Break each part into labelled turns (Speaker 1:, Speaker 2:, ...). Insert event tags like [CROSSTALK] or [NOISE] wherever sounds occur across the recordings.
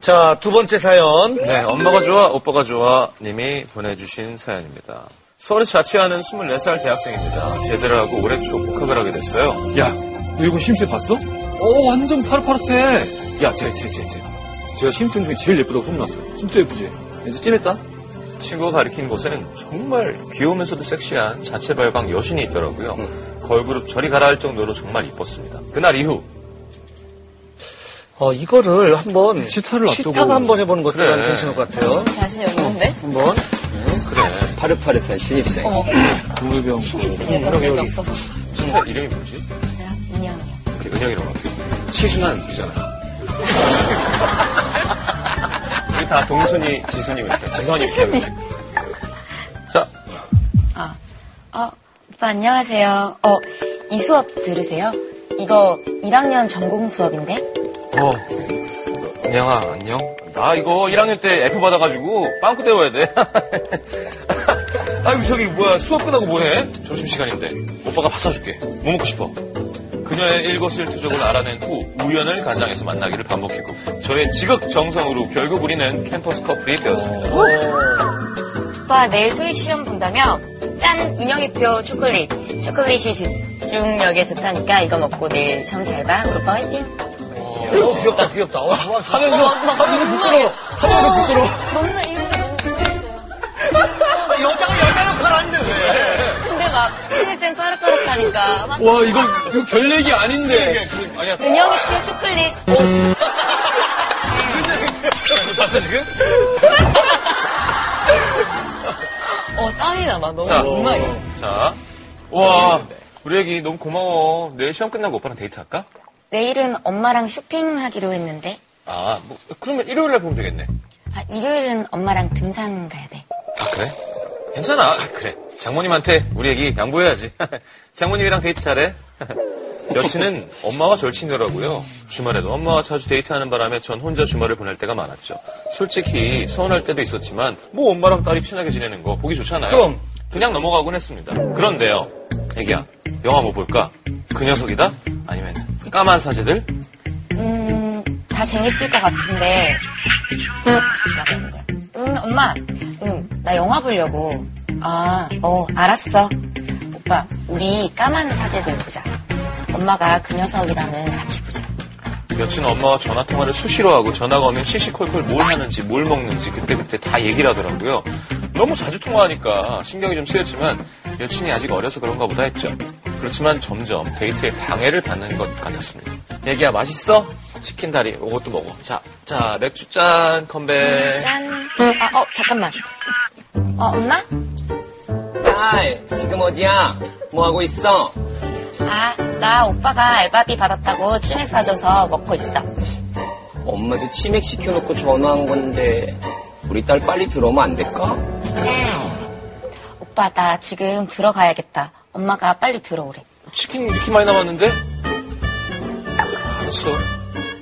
Speaker 1: 자, 두 번째 사연.
Speaker 2: 네, 엄마가 좋아, 오빠가 좋아 님이 보내주신 사연입니다. 서울에 자취하는 24살 대학생입니다. 제대를 하고 올해 초 복학을 하게 됐어요.
Speaker 3: 야, 너 이거 심슨 봤어? 어, 완전 파릇파릇해. 야, 쟤, 쟤, 쟤, 쟤. 제가 심슨 중에 제일 예쁘다고 소문났어. 진짜 예쁘지? 이제 찜했다?
Speaker 2: 친구가 가리킨 곳에는 정말 귀여우면서도 섹시한 자체 발광 여신이 있더라고요. 걸그룹 저리 가라 할 정도로 정말 이뻤습니다. 그날 이후
Speaker 1: 어, 이거를 한번.
Speaker 3: 치타를 앞두고.
Speaker 1: 치타가 한번 해보는 것도
Speaker 2: 그래.
Speaker 1: 난 괜찮을 것 같아요.
Speaker 4: 자신이 없는데?
Speaker 1: 한번.
Speaker 2: 그래
Speaker 5: 파릇파릇한 신입생.
Speaker 3: 동물병.
Speaker 4: 여기 없어.
Speaker 2: 진짜 이름이 뭐지?
Speaker 4: 인형이요.
Speaker 2: 우리 은영이라고 할게요.
Speaker 5: 치순한 우리잖아.
Speaker 2: [LAUGHS] 우리 다 동순이, 지순이니까 아, 지선이. 자,
Speaker 4: 아, 어, 오빠 안녕하세요. 어, 이 수업 들으세요? 이거 1학년 전공 수업인데?
Speaker 2: 어. 은영아, 안녕. 나 이거 1학년 때 F 받아가지고 빵꾸 때워야 돼. [LAUGHS] 아이고, 저기, 뭐야, 수업 끝나고 뭐해? 점심시간인데. 오빠가 밥 사줄게. 뭐 먹고 싶어? 그녀의 일거수일투족을 알아낸 후 우연을 가장해서 만나기를 반복했고 저의 지극정성으로 결국 우리는 캠퍼스 커플이 되었습니다.
Speaker 4: 오빠 내일 토익 시험 본다며? 짠! 인형이표 초콜릿. 초콜릿이 집중력에 좋다니까 이거 먹고 내일 시험 잘 봐. 우리 오빠 화이팅!
Speaker 1: 어, 귀엽다, 귀엽다. 어, 좋아, 좋아.
Speaker 3: 하면서, 하면서 붙들어. 하면서 붙들어.
Speaker 4: 먹는 이름
Speaker 1: [LAUGHS]
Speaker 4: 너무
Speaker 1: 여자가 여자 역할 하는데 왜?
Speaker 4: 근데 막 신입생 파릇파릇하니까 막
Speaker 3: 와, 이거, 이거 별 얘기 아닌데.
Speaker 2: 아니야,
Speaker 4: 은영이표 초콜릿.
Speaker 2: 봤어 지금?
Speaker 4: 어, 땀이 나. 막 너무
Speaker 2: 자,
Speaker 4: 정말.
Speaker 2: 자, 와, 우리 애기 너무 고마워. 내일 시험 끝나고 오빠랑 데이트할까?
Speaker 4: 내일은 엄마랑 쇼핑하기로 했는데
Speaker 2: 아, 뭐, 그러면 일요일날 보면 되겠네.
Speaker 4: 아, 일요일은 엄마랑 등산 가야 돼.
Speaker 2: 아, 그래? 괜찮아. 아, 그래. 장모님한테 우리 애기 양보해야지. [LAUGHS] 장모님이랑 데이트 잘해. [LAUGHS] 여친은 엄마와 절친이더라고요. 주말에도 엄마와 자주 데이트하는 바람에 전 혼자 주말을 보낼 때가 많았죠. 솔직히 서운할 때도 있었지만 뭐 엄마랑 딸이 친하게 지내는 거 보기 좋잖아요.
Speaker 1: 그럼.
Speaker 2: 그냥 넘어가곤 했습니다. 그런데요. 애기야, 영화 뭐 볼까? 그 녀석이다? 아니면 까만 사제들?
Speaker 4: 음, 다 재밌을 것 같은데. 나가는 거야. 응, 엄마. 응, 나 영화 보려고. 아, 어, 알았어. 오빠, 우리 까만 사제들 보자. 엄마가 그 녀석이랑은 같이 보자.
Speaker 2: 여친 엄마와 전화 통화를 수시로 하고 전화가 오면 시시콜콜 뭘 하는지 뭘 먹는지 그때그때 다 얘기를 하더라고요. 너무 자주 통화하니까 신경이 좀 쓰였지만 여친이 아직 어려서 그런가 보다 했죠. 그렇지만 점점 데이트에 방해를 받는 것 같았습니다. 얘기야 맛있어? 치킨 다리 이것도 먹어. 자, 자 맥주 짠 건배.
Speaker 4: 짠. 아, 어, 잠깐만. 어, 엄마?
Speaker 5: 딸, 아, 지금 어디야? 뭐 하고 있어?
Speaker 4: 아, 나 오빠가 알바비 받았다고 치맥 사줘서 먹고 있어.
Speaker 5: 엄마도 치맥 시켜놓고 전화한 건데 우리 딸 빨리 들어오면 안 될까?
Speaker 4: 오빠, 나 지금 들어가야겠다. 엄마가 빨리 들어오래.
Speaker 2: 치킨 이렇게 많이 남았는데? 알았어.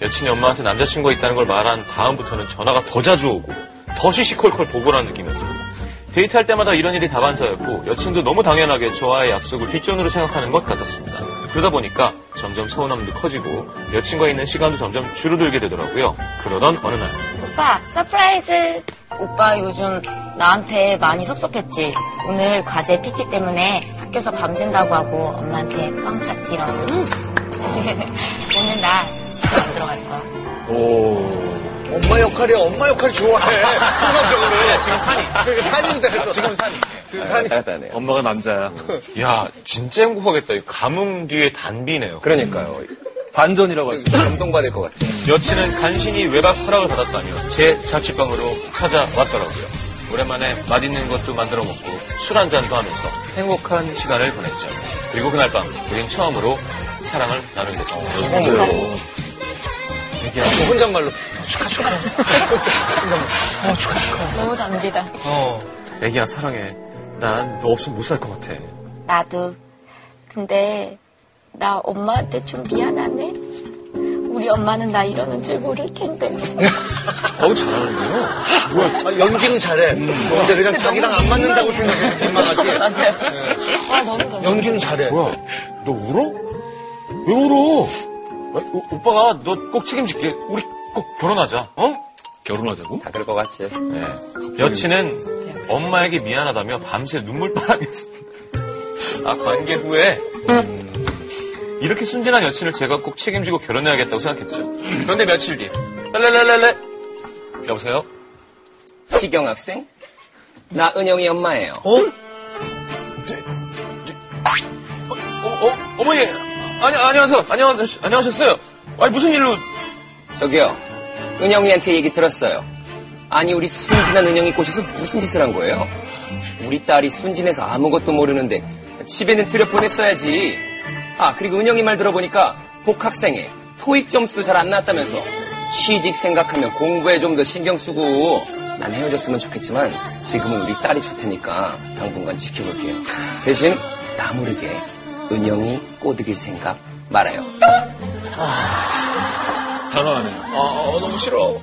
Speaker 2: 여친이 엄마한테 남자친구가 있다는 걸 말한 다음부터는 전화가 더 자주 오고 더 시시콜콜 보고라는 느낌이었습니다. 데이트할 때마다 이런 일이 다반사였고 여친도 너무 당연하게 저와의 약속을 뒷전으로 생각하는 것 같았습니다. 그러다 보니까 점점 서운함도 커지고 여친과 있는 시간도 점점 줄어들게 되더라고요. 그러던 어느 날
Speaker 4: 오빠, 서프라이즈! 오빠 요즘 나한테 많이 섭섭했지? 오늘 과제 PT 때문에 학교에서 밤샌다고 하고 엄마한테 빵 찼지라고. [LAUGHS] 오늘 나 집에 안 들어갈 거야.
Speaker 1: 엄마 역할이야, 엄마 역할 좋아해. 순간적으로.
Speaker 2: 지금 산이
Speaker 1: 그러니까 사진이 돼서.
Speaker 2: 지금 산이
Speaker 1: 지금 사진.
Speaker 5: 따다네.
Speaker 3: 엄마가 남자야.
Speaker 2: [LAUGHS] 야 진짜 행복하겠다. 이 가뭄 뒤에 단비네요.
Speaker 5: 그러니까요.
Speaker 3: 반전이라고 하지.
Speaker 5: 감동받을 것 같아.
Speaker 2: 여친은 간신히 외박 허락을 받았다며 제 자취방으로 찾아왔더라고요. 오랜만에 맛있는 것도 만들어 먹고 술 한 잔도 하면서 행복한 시간을 보냈죠. 그리고 그날 밤 우린 처음으로 사랑을 나누게 됐습니다. 처음으로.
Speaker 1: 혼잣말로.
Speaker 4: 너무 담비다.
Speaker 2: 어. 애기야 사랑해. 난 너 없으면 못 살 것 같아.
Speaker 4: 나도. 근데 나 엄마한테 좀 미안하네. 우리 엄마는 나 이러는 줄 모를 텐데.
Speaker 2: 어우 잘하는데요.
Speaker 1: 아, 연기는 잘해. 어, 근데 그냥 자기랑 안 맞는다고 생각해서 민망하지. 네.
Speaker 4: 아, 너무 담비.
Speaker 1: 연기는 잘해.
Speaker 2: 뭐야? 너 울어? 왜 울어? 어, 오, 오빠가 너 꼭 책임질게. 우리 꼭 결혼하자. 어?
Speaker 6: 결혼하자고?
Speaker 5: 다 아, 그럴 것 같지.
Speaker 2: 네. 여친은 엄마에게 미안하다며 밤새 눈물바람이었습니다. [LAUGHS] 아, 관계 후에 음, 이렇게 순진한 여친을 제가 꼭 책임지고 결혼해야겠다고 생각했죠. 그런데 며칠 뒤, 랄랄랄랄레 여보세요?
Speaker 5: 시경 학생? 나 은영이 엄마예요.
Speaker 2: 어, 어, 어머니, 아니, 안녕하세요. 안녕하세요. 안녕하셨어요. 아니, 무슨 일로.
Speaker 5: 저기요. 은영이한테 얘기 들었어요. 아니 우리 순진한 은영이 꼬셔서 무슨 짓을 한 거예요? 우리 딸이 순진해서 아무것도 모르는데 집에는 들여보냈어야지. 아 그리고 은영이 말 들어보니까 복학생에 토익 점수도 잘 안 나왔다면서 취직 생각하면 공부에 좀 더 신경 쓰고 난 헤어졌으면 좋겠지만 지금은 우리 딸이 좋다니까 당분간 지켜볼게요. 대신 나 모르게 은영이 꼬드길 생각 말아요.
Speaker 6: 단호하네요.
Speaker 2: 아, 어, 너무 싫어.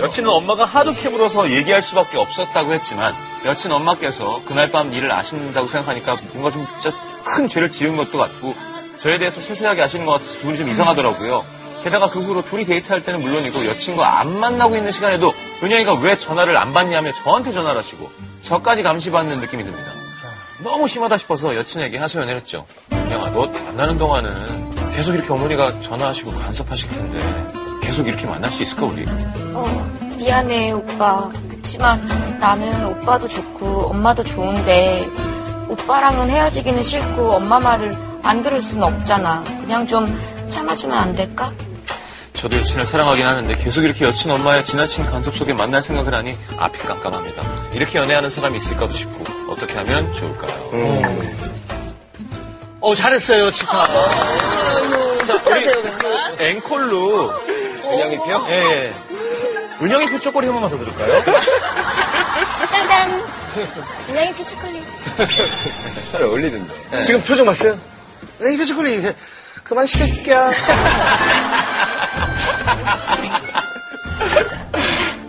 Speaker 2: 여친은 엄마가 하도 캐물어서 얘기할 수밖에 없었다고 했지만 여친 엄마께서 그날 밤 일을 아신다고 생각하니까 뭔가 좀 진짜 큰 죄를 지은 것도 같고 저에 대해서 세세하게 아시는 것 같아서 기분이 좀 이상하더라고요. 게다가 그 후로 둘이 데이트할 때는 물론이고 여친과 안 만나고 있는 시간에도 은영이가 왜 전화를 안 받냐며 저한테 전화를 하시고 저까지 감시받는 느낌이 듭니다. 너무 심하다 싶어서 여친에게 하소연을 했죠. 영아, 너 만나는 동안은 계속 이렇게 어머니가 전화하시고 간섭하실 텐데 계속 이렇게 만날 수 있을까 우리?
Speaker 7: 어, 미안해, 오빠. 그치만 나는 오빠도 좋고 엄마도 좋은데 오빠랑은 헤어지기는 싫고 엄마 말을 안 들을 수는 없잖아. 그냥 좀 참아주면 안 될까?
Speaker 2: 저도 여친을 사랑하긴 하는데 계속 이렇게 여친 엄마의 지나친 간섭 속에 만날 생각을 하니 앞이 깜깜합니다. 이렇게 연애하는 사람이 있을까도 싶고 어떻게 하면 좋을까요?
Speaker 1: 어, 잘했어요, 치타.
Speaker 2: 자, 우리 그 앵콜로
Speaker 5: 은영이 표?
Speaker 2: 예, 예. 은영이 표 쪼꼬리 한 번만 더 들을까요?
Speaker 7: 짠짠! 블랭이 피치콜리.
Speaker 5: 잘 어울리는데.
Speaker 1: 지금 표정 봤어요? 네, 이거 초콜릿. 이제 그만 [LAUGHS] 시킬게요.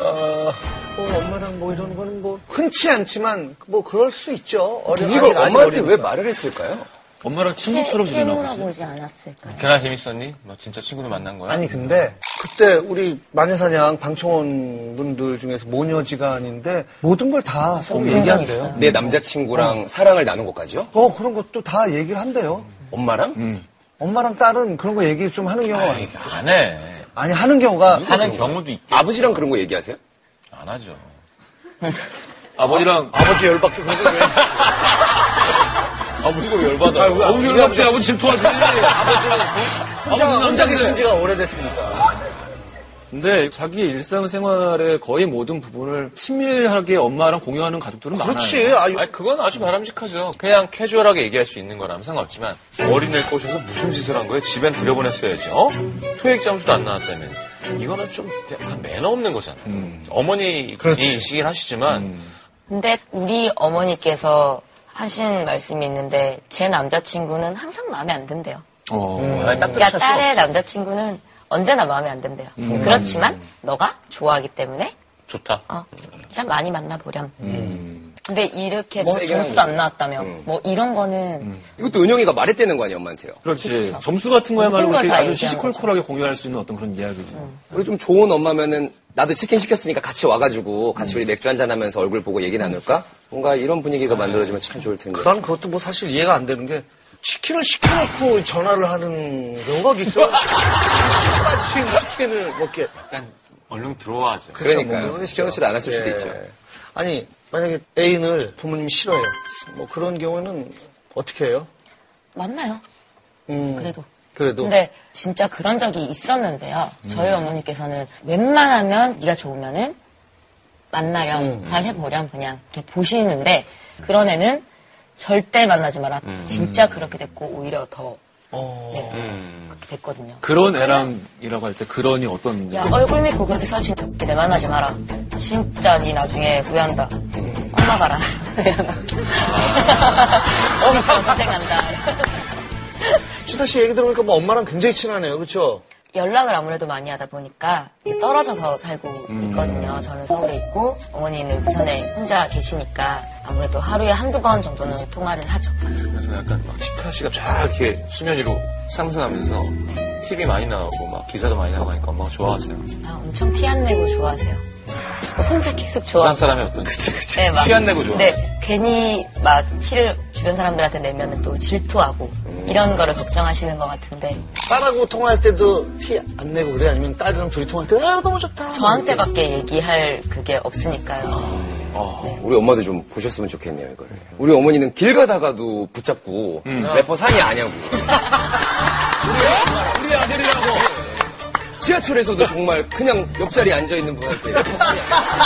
Speaker 1: 어, 뭐 엄마랑 뭐 이런 거는 뭐 흔치 않지만 뭐 그럴 수 있죠. 어린
Speaker 5: 이걸
Speaker 1: 아직 아직
Speaker 5: 엄마한테
Speaker 1: 어린
Speaker 5: 왜 말을 했을까요?
Speaker 6: 엄마랑 친구처럼 지내나 보지.
Speaker 7: 네, 오지 않았을까?
Speaker 2: 걔나 재밌었니? 너 진짜 친구들 만난 거야?
Speaker 1: 아니 근데 그때 우리 마녀사냥 방청원 분들 중에서 모녀지간인데 모든 걸 다 서로 얘기한대요.
Speaker 5: 내 남자친구랑 사랑을 나눈 것까지요?
Speaker 1: 어 그런 것도 다 얘기를 한대요.
Speaker 5: 엄마랑?
Speaker 1: 엄마랑 딸은 그런 거 얘기 좀 하는 경우가 많아요.
Speaker 2: 아이, 안 해. 음.
Speaker 1: 아니 하는 경우가
Speaker 2: 하는 경우도 있.
Speaker 5: 아버지랑 그런 거 얘기하세요?
Speaker 2: 안 하죠. 아버지랑
Speaker 1: 아버지 열받게 그래서 왜
Speaker 2: 아버지가 왜 열받아.
Speaker 1: 아이고, 아버지
Speaker 2: 요
Speaker 6: 아버지 연락지, 아버지 질투하지.
Speaker 1: 혼자, 혼자 계신 지가 오래됐으니까.
Speaker 6: 근데 자기의 일상생활의 거의 모든 부분을 친밀하게 엄마랑 공유하는 가족들은 많아요.
Speaker 1: 그렇지. 아유,
Speaker 2: 아니 그건 아주 바람직하죠. 그냥 캐주얼하게 얘기할 수 있는 거라면 상관없지만 어린애를 꼬셔서 무슨 짓을 한 거예요? 집엔 들여보냈어야지. 어? 토익 점수도 안 나왔다면 이거는 좀 약간 매너 없는 거잖아요. 어머니
Speaker 1: 음. 그렇지. 음.
Speaker 2: 인식을 하시지만
Speaker 4: 근데 우리 어머니께서 하신 말씀이 있는데 제 남자친구는 항상 마음에 안 든대요.
Speaker 6: 어.
Speaker 2: 아니, 딱
Speaker 4: 그러니까
Speaker 2: 들으셨어.
Speaker 4: 딸의 남자친구는 언제나 마음에 안 든대요. 그렇지만 너가 좋아하기 때문에
Speaker 2: 좋다.
Speaker 4: 어, 일단 많이 만나보렴. 근데 이렇게 뭐
Speaker 5: 뭐 음. 세게
Speaker 4: 점수도
Speaker 5: 하는
Speaker 4: 안 나왔다며 뭐 이런 거는
Speaker 5: 이것도 은영이가 말했다는 거 아니에요, 엄마한테요?
Speaker 6: 그렇지. 점수 같은 거야말로
Speaker 4: 모든 그렇죠. 걸
Speaker 6: 이렇게
Speaker 4: 다 얘기하는
Speaker 6: 아주
Speaker 4: 음.
Speaker 6: 시시콜콜하게 공유할 수 있는 어떤 그런 이야기죠.
Speaker 5: 우리 좀 좋은 엄마면은 나도 치킨 시켰으니까 같이 와가지고 같이 우리 맥주 한잔 하면서 얼굴 보고 얘기 나눌까? 뭔가 이런 분위기가 만들어지면 참 좋을 텐데.
Speaker 1: 난 그것도 뭐 사실 이해가 안 되는 게 치킨을 시켜놓고 전화를 하는 경우가
Speaker 5: [LAUGHS]
Speaker 1: 있죠. 치킨, 치킨을 먹게.
Speaker 2: 약간 얼른 들어와죠.
Speaker 5: 그러니까요.
Speaker 1: 뭐 그런 거 있죠.
Speaker 5: 시켜놓지도 않았을 수도
Speaker 1: 예.
Speaker 5: 있죠.
Speaker 1: 아니, 만약에 애인을 부모님이 싫어해요. 뭐 그런 경우는 어떻게 해요?
Speaker 4: 만나요.
Speaker 1: 음,
Speaker 4: 그래도. 네.
Speaker 1: 그래도.
Speaker 4: 근데 진짜 그런 적이 있었는데요. 저희 어머니께서는 웬만하면 네가 좋으면은 만나렴, 잘 해보렴 그냥 이렇게 보시는데 그런 애는 절대 만나지 마라. 진짜 그렇게 됐고 오히려 더
Speaker 1: 어.
Speaker 4: 네, 그렇게 됐거든요.
Speaker 6: 그런 애랑이라고 할 때 그런이 어떤
Speaker 4: 야 얼굴 믿고 그렇게 설치 그렇게 내 만나지 마라. 진짜 네 나중에 후회한다. 엄마 봐라. [LAUGHS] 엄마 진짜 고생한다.
Speaker 1: 추타 씨 얘기 들어보니까 뭐 엄마랑 굉장히 친하네요. 그렇죠?
Speaker 4: 연락을 아무래도 많이 하다 보니까 이렇게 떨어져서 살고 있거든요. 저는 서울에 있고 어머니는 부산에 혼자 계시니까 아무래도 하루에 한두 번 정도는 통화를 하죠.
Speaker 2: 그래서 약간 막 시카 씨가 쫙 이렇게 수면 위로 상승하면서
Speaker 4: 음.
Speaker 2: TV 많이 나오고 막 기사도 많이 나오고 하니까 엄마가 좋아하세요.
Speaker 4: 아, 엄청 티 안 내고 좋아하세요.
Speaker 8: 혼자 계속 좋아.
Speaker 2: 부산 사람의 어떤
Speaker 8: 네, 막.
Speaker 2: 취한 내고 좋아.
Speaker 8: 네, 괜히 막 티를 주변 사람들한테 내면 또 질투하고
Speaker 2: 음.
Speaker 8: 이런 거를 걱정하시는 것 같은데
Speaker 1: 딸하고 통화할 때도 티 안 내고 그래? 아니면 딸이랑 둘이 통화할 때, 아, 너무 좋다.
Speaker 8: 저한테밖에 얘기할 그게 없으니까요.
Speaker 5: 우리 엄마도 좀 보셨으면 좋겠네요, 이걸. 우리 어머니는 길 가다가도 붙잡고, 래퍼 산이 아냐고. 우리, 우리 아들이라고. 지하철에서도 정말 그냥 옆자리에 앉아있는 분한테 래퍼 산이 아냐고.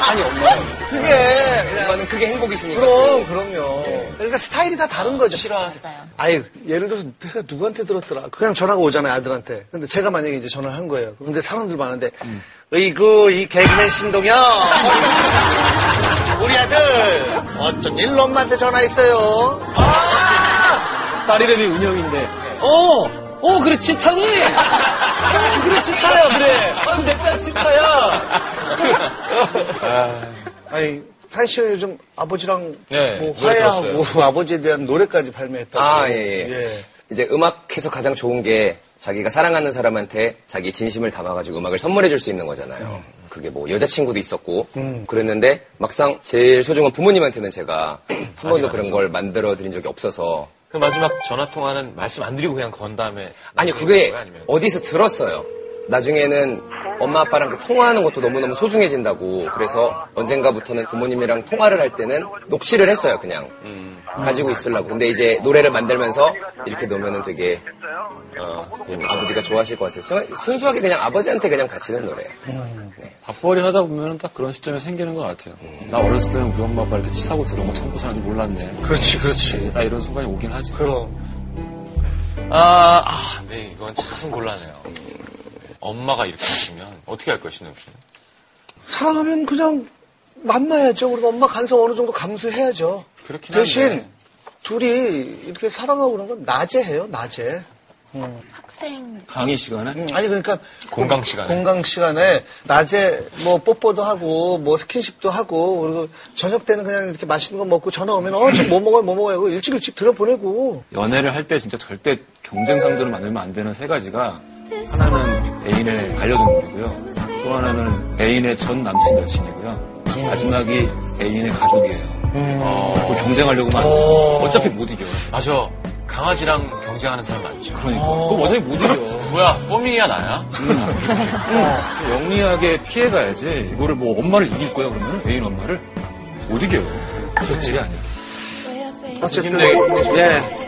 Speaker 5: 산이 엄마라고.
Speaker 1: 그게, 그냥
Speaker 5: 엄마는 그게 행복이시니까.
Speaker 1: 그럼, 그럼요. 그러니까 스타일이 다 다른 거죠. 싫어.
Speaker 8: 맞아요.
Speaker 1: 아예 예를 들어서 내가 누구한테 들었더라. 그냥 전화가 오잖아요, 아들한테. 근데 제가 만약에 이제 전화를 한 거예요. 근데 사람들 많은데,
Speaker 5: 음.
Speaker 1: 어이구, 이 개그맨
Speaker 5: [LAUGHS]
Speaker 1: 신동엽! 우리 아들! 어쩜 일로 엄마한테 전화했어요?
Speaker 6: 아!
Speaker 3: 딸 이름이 은영인데
Speaker 6: 어, 어, 그래, 치타니? [LAUGHS] 어, 그래, 치타야, 그래. 아유, 내딸 치타야.
Speaker 1: 아니, 사인 씨는 요즘 아버지랑
Speaker 2: 네,
Speaker 1: 뭐
Speaker 2: 노래
Speaker 1: 화해하고 아버지에 대한 노래까지 발매했다고.
Speaker 5: 아, 예, 예. 이제 음악해서 가장 좋은 게 자기가 사랑하는 사람한테 자기 진심을 담아가지고 음악을 선물해 줄 수 있는 거잖아요.
Speaker 1: 음.
Speaker 5: 그게 뭐 여자친구도 있었고 그랬는데 막상 제일 소중한 부모님한테는 제가 한 번도 그런 걸 만들어 드린 적이 없어서
Speaker 2: 그 마지막 전화 통화는 말씀 안 드리고 그냥 건 다음에
Speaker 5: 아니 그게
Speaker 2: 거예요? 아니면-
Speaker 5: 어디서 들었어요. 나중에는 엄마 아빠랑 그 통화하는 것도 너무너무 소중해진다고 그래서 언젠가부터는 부모님이랑 통화를 할 때는 녹취를 했어요 그냥
Speaker 2: 음.
Speaker 5: 가지고 있으려고 근데 이제 노래를 만들면서 이렇게 놓으면 되게
Speaker 2: 어,
Speaker 5: 음, 아버지가 좋아하실 것 같아요 정말 순수하게 그냥 아버지한테 그냥 바치는 노래예요
Speaker 3: 밥벌이 하다 보면 딱 그런 시점이 생기는 것 같아요. 나 어렸을 때는 우리 엄마 아빠 이렇게 치사고
Speaker 6: 뭐
Speaker 3: 들어온 거 참고 사는 줄 몰랐네.
Speaker 1: 그렇지, 그렇지.
Speaker 3: 나 이런 순간이 오긴 하지.
Speaker 1: 그럼.
Speaker 2: 아, 아, 네, 이건 참 곤란해요. 엄마가 이렇게 하시면 어떻게 할 거예요, 신동 씨는?
Speaker 1: 사랑하면 그냥 만나야죠. 그리고 엄마 간섭 어느 정도 감수해야죠.
Speaker 2: 그렇긴
Speaker 1: 대신
Speaker 2: 한데.
Speaker 1: 둘이 이렇게 사랑하고 그런 건 낮에 해요, 낮에.
Speaker 8: 학생
Speaker 3: 강의 시간에
Speaker 1: 음, 아니, 그러니까.
Speaker 2: 공강 시간에.
Speaker 1: 공강 시간에 낮에 뭐 뽀뽀도 하고 뭐 스킨십도 하고 그리고 저녁 때는 그냥 이렇게 맛있는 거 먹고 전화 오면 어, 지금 뭐 먹어요, 뭐 먹어요. 하고 일찍 일찍 들여보내고.
Speaker 6: 연애를 할 때 진짜 절대 경쟁 상대로 만들면 안 되는 세 가지가 하나는 애인의 반려동물이고요. 또 하나는 애인의 전 남친 여친이고요. 마지막이 애인의 가족이에요.
Speaker 4: 음.
Speaker 6: 어, 그걸 경쟁하려고 만 어차피 못 이겨.
Speaker 2: 맞아. 강아지랑 경쟁하는 사람 많죠.
Speaker 6: 그러니까. 그럼 어차피 못 이겨.
Speaker 2: 뭐야, 뽀미야, 나야?
Speaker 6: 영리하게 피해가야지. 이거를 뭐 엄마를 이길 거야 그러면 애인 엄마를 못 이겨요. 그렇지 아니야.
Speaker 1: 어쨌든
Speaker 2: 힘들게.
Speaker 1: 예